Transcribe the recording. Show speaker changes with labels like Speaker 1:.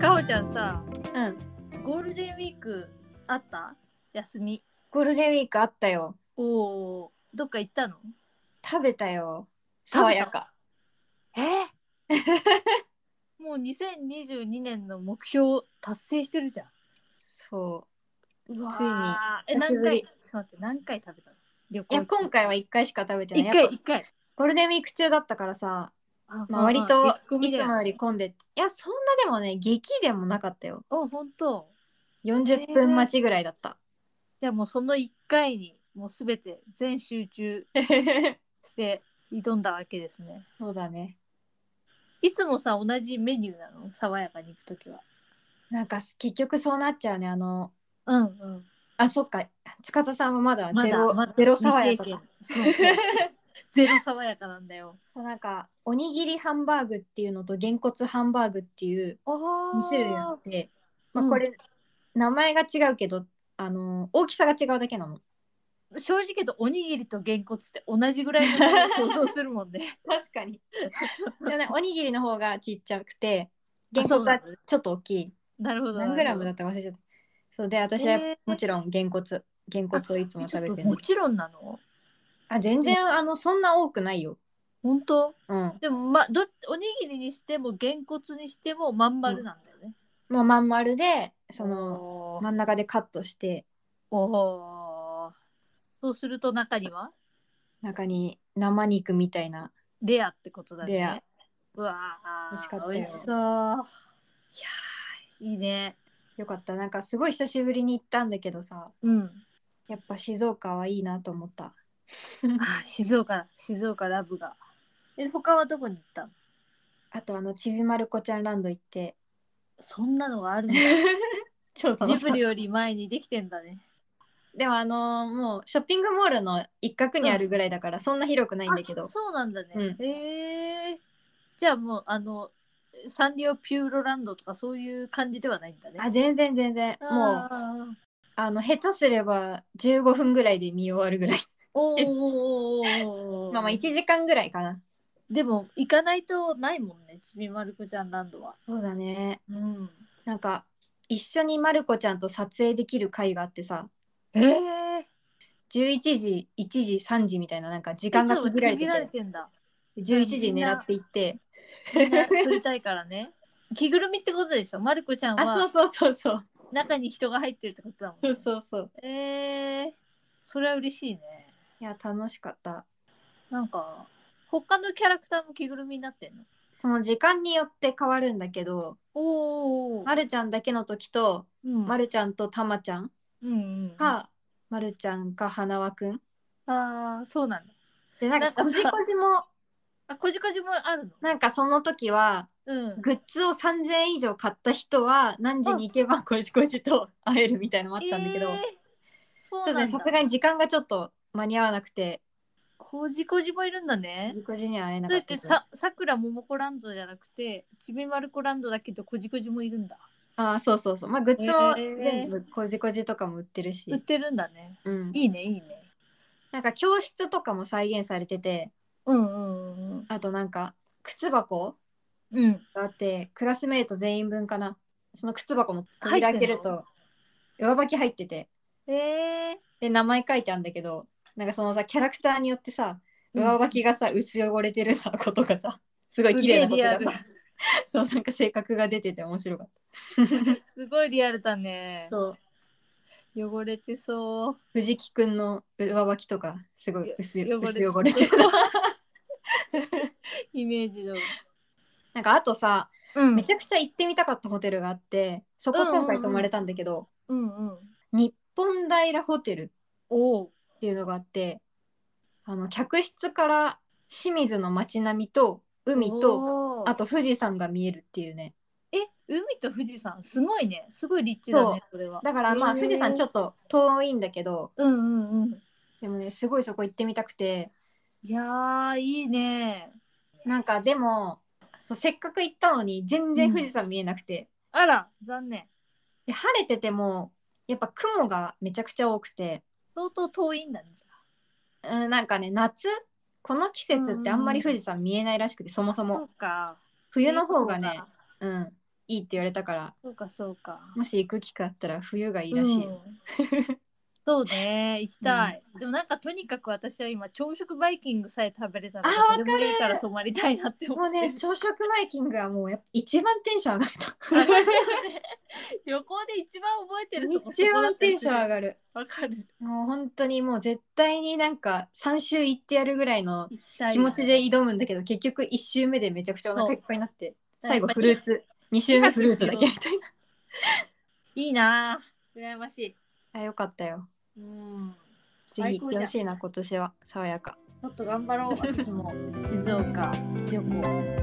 Speaker 1: かおちゃんさ
Speaker 2: うん。
Speaker 1: ゴールデンウィークあった休み
Speaker 2: ゴールデンウィークあったよ。
Speaker 1: おおどっか行ったの
Speaker 2: 食べたよ。爽やか。え
Speaker 1: もう2022年の目標達成してるじゃん
Speaker 2: そうわー
Speaker 1: ついに
Speaker 2: 久しぶ
Speaker 1: え
Speaker 2: り
Speaker 1: 何回ちょっと待って何回食べたの旅
Speaker 2: う。
Speaker 1: 行
Speaker 2: いや、今回は1回しか食べてない。
Speaker 1: 一回
Speaker 2: やっぱ
Speaker 1: 一回
Speaker 2: ゴールデンウィーク中だったからさ、
Speaker 1: あ
Speaker 2: まあ、割と
Speaker 1: ああ
Speaker 2: いつもより混んで、いや、そんなでもね、激でもなかったよ。
Speaker 1: あ本当
Speaker 2: 40分待ちぐらいだった。
Speaker 1: じゃあもうその一回にもうすべて全集中して挑んだわけですね
Speaker 2: そうだね。
Speaker 1: いつもさ同じメニューなの爽やかに行くときは
Speaker 2: なんか結局そうなっちゃうね。あの、
Speaker 1: うんうん
Speaker 2: あ、そっか。塚田さんはまだ
Speaker 1: ま
Speaker 2: ゼ
Speaker 1: だ
Speaker 2: ロ、
Speaker 1: まだ
Speaker 2: ゼロ爽やか
Speaker 1: 未
Speaker 2: だ
Speaker 1: 経。験そう そうゼロ爽やかなんだよ
Speaker 2: そうなんかおにぎりハンバーグっていうのとげんこつハンバーグっていう2種類あってまあ、
Speaker 1: うん
Speaker 2: これ、名前が違うけどあの大きさが違うだけなの
Speaker 1: 正直言うとおにぎりとげんこつって同じぐらいのものを想像するもんね
Speaker 2: 確かにでも ねおにぎりの方がちっちゃくてげ
Speaker 1: あ
Speaker 2: ん
Speaker 1: そ
Speaker 2: こ
Speaker 1: う
Speaker 2: つ
Speaker 1: な
Speaker 2: は
Speaker 1: のね
Speaker 2: ちょっと大きい
Speaker 1: なるほど
Speaker 2: 何グラムだったか忘れちゃったそうで私は
Speaker 1: へー
Speaker 2: もちろんげんこつげんこつをいつも食べてる
Speaker 1: もちろんなの
Speaker 2: あ全然あのそんな多くないよ
Speaker 1: 本当
Speaker 2: うん
Speaker 1: でもまあどっおにぎりにしてもげんこつにしてもまん丸なんだよね、
Speaker 2: まあまん丸でその
Speaker 1: の
Speaker 2: 真ん中でカットして
Speaker 1: おーそうすると中には
Speaker 2: 中に生肉みたいな
Speaker 1: レアってことだね
Speaker 2: レア
Speaker 1: うわー
Speaker 2: 美味しかったよ
Speaker 1: 美味しそういやーいいね
Speaker 2: よかったなんかすごい久しぶりに行ったんだけどさ
Speaker 1: うん
Speaker 2: やっぱ静岡はいいなと思った
Speaker 1: あー静岡静岡ラブがえ他はどこに行ったの
Speaker 2: あとあのちびまる子ちゃんランド行って
Speaker 1: そんなのがあるんだ
Speaker 2: 超楽し
Speaker 1: ジ
Speaker 2: かった
Speaker 1: ブリより前にできてんだね
Speaker 2: でもあのーもうショッピングモールの一角にあるぐらいだから、そんな広くないんだけど
Speaker 1: あそうなんだね、
Speaker 2: うん
Speaker 1: へえじゃあもうあのサンリオピューロランドとかそういう感じではないんだね
Speaker 2: あ全然全然もう
Speaker 1: もう
Speaker 2: あの下手すれば15分ぐらいで見終わるぐらい
Speaker 1: おーおーおーおーおー
Speaker 2: まあまあ1時間ぐらいかな
Speaker 1: でも行かないとないもんねちびまる子ちゃんランドは
Speaker 2: そうだね
Speaker 1: うん
Speaker 2: なんか一緒にまる子ちゃんと撮影できる回があってさ
Speaker 1: ええ
Speaker 2: 11時1時3時みたいななんか時間が区切られて
Speaker 1: られ
Speaker 2: て
Speaker 1: てんだ
Speaker 2: 11時狙っていって
Speaker 1: みんな撮りたいからね着ぐるみってことでしょまる子ちゃん
Speaker 2: あそう
Speaker 1: は
Speaker 2: そうそうそう
Speaker 1: 中に人が入ってるってことだもん、
Speaker 2: そう
Speaker 1: ね、
Speaker 2: そうそう
Speaker 1: ええそれは嬉しいね
Speaker 2: いや楽しかった
Speaker 1: なんか他のキャラクターも着ぐるみになってんの
Speaker 2: その時間によって変わるんだけど
Speaker 1: おお、
Speaker 2: まるちゃんだけの時と
Speaker 1: うん
Speaker 2: まるちゃんとたまちゃん
Speaker 1: うんうん、
Speaker 2: か、まるちゃんかはなわくん
Speaker 1: ああそうなんだ
Speaker 2: でなん
Speaker 1: なんか
Speaker 2: か
Speaker 1: さ
Speaker 2: こじこじも
Speaker 1: あこじこじもあるの
Speaker 2: なんかその時は
Speaker 1: うん
Speaker 2: グッズを3,000円以上買った人は何時に行けばこじこじと会えるみたいのもあったんだけど、
Speaker 1: えーそう
Speaker 2: ちょっと
Speaker 1: なん
Speaker 2: ね
Speaker 1: だ
Speaker 2: さすがに時間がちょっと間に合わなくて
Speaker 1: こじこじもいるんだね
Speaker 2: こじこじには会えな
Speaker 1: だ
Speaker 2: か
Speaker 1: っ
Speaker 2: ってた
Speaker 1: ささくらももこランドじゃなくてちびまる子ランドだけどこじこじもいるんだ
Speaker 2: あーそうそうそうまあグッズも
Speaker 1: えー
Speaker 2: 全部こじこじとかも売ってるし、
Speaker 1: 売ってるんだね
Speaker 2: うん、
Speaker 1: いいねいいね
Speaker 2: なんか教室とかも再現されてて
Speaker 1: うんうんうん
Speaker 2: あとなんか靴箱
Speaker 1: うんうん
Speaker 2: があってクラスメート全員分かなその靴箱の扉開けると上履き入ってて
Speaker 1: えー
Speaker 2: で名前書いてあるんだけどなんかそのさキャラクターによってさ
Speaker 1: うん
Speaker 2: 上履きがさ、薄汚れてるさ ことがさすごい綺麗なことが
Speaker 1: すげえリア
Speaker 2: さ そうなんか性格が出てて面白かっ
Speaker 1: すごいリアルだね
Speaker 2: たそう
Speaker 1: 汚れてそう
Speaker 2: 藤木くんの上履きとかすごい薄
Speaker 1: よ
Speaker 2: 薄汚れて る
Speaker 1: イメージの
Speaker 2: なんかあとさ
Speaker 1: うん
Speaker 2: めちゃくちゃ行ってみたかったホテルがあってそこ今回泊まれたんだけど、
Speaker 1: うんうん
Speaker 2: 日本平ホテル
Speaker 1: おお
Speaker 2: っていうのがあってあの客室から清水の街並みと海とあと富士山が見えるっていうね
Speaker 1: え海と富士山すごいねすごい立地だね
Speaker 2: そ
Speaker 1: それは
Speaker 2: だからまあ富士山ちょ
Speaker 1: っと
Speaker 2: っと遠いんだけど
Speaker 1: うんうんうん
Speaker 2: でもねすごいそこ行ってみたくて
Speaker 1: いやーいいね
Speaker 2: なんかでもそうせっかく行ったのに全然富士山見えなくて、
Speaker 1: あら残念
Speaker 2: で晴れててもやっぱ雲がめちゃくちゃ多くて、
Speaker 1: 相当遠いんだねじゃ
Speaker 2: うん、なんかね夏この季節ってあんまり富士山見えないらしくてそもそ
Speaker 1: あそ
Speaker 2: も
Speaker 1: うか
Speaker 2: 冬の方がね、うん、いいって言われたから
Speaker 1: そうかそうか
Speaker 2: もし行く機会あったら冬がいいらしい、
Speaker 1: うんそうね行きたい、でもなんかとにかく私は今朝食バイキングさえ食べれたらど
Speaker 2: あ
Speaker 1: こでもいいから泊まりたいなって思
Speaker 2: もう
Speaker 1: って
Speaker 2: ね朝食バイキングはもうやっぱ一番テンション上がっ
Speaker 1: あ
Speaker 2: た
Speaker 1: 旅行で一番覚えてるとこ
Speaker 2: 一番テンション上
Speaker 1: が
Speaker 2: がる
Speaker 1: わかる
Speaker 2: もう本当にもう絶対になんか3週行ってやるぐらいの
Speaker 1: 行きたい
Speaker 2: 気持ちで挑むんだけど結局1週目でめちゃくちゃお腹いっぱいになって
Speaker 1: そう
Speaker 2: 最後フルーツ2週目フルーツだけみ たい
Speaker 1: いいなぁ羨ましい
Speaker 2: なあよかったよ
Speaker 1: うん
Speaker 2: ぜひ行ってほしいな今年は爽やか
Speaker 1: ちょっと頑張ろう私も静岡旅行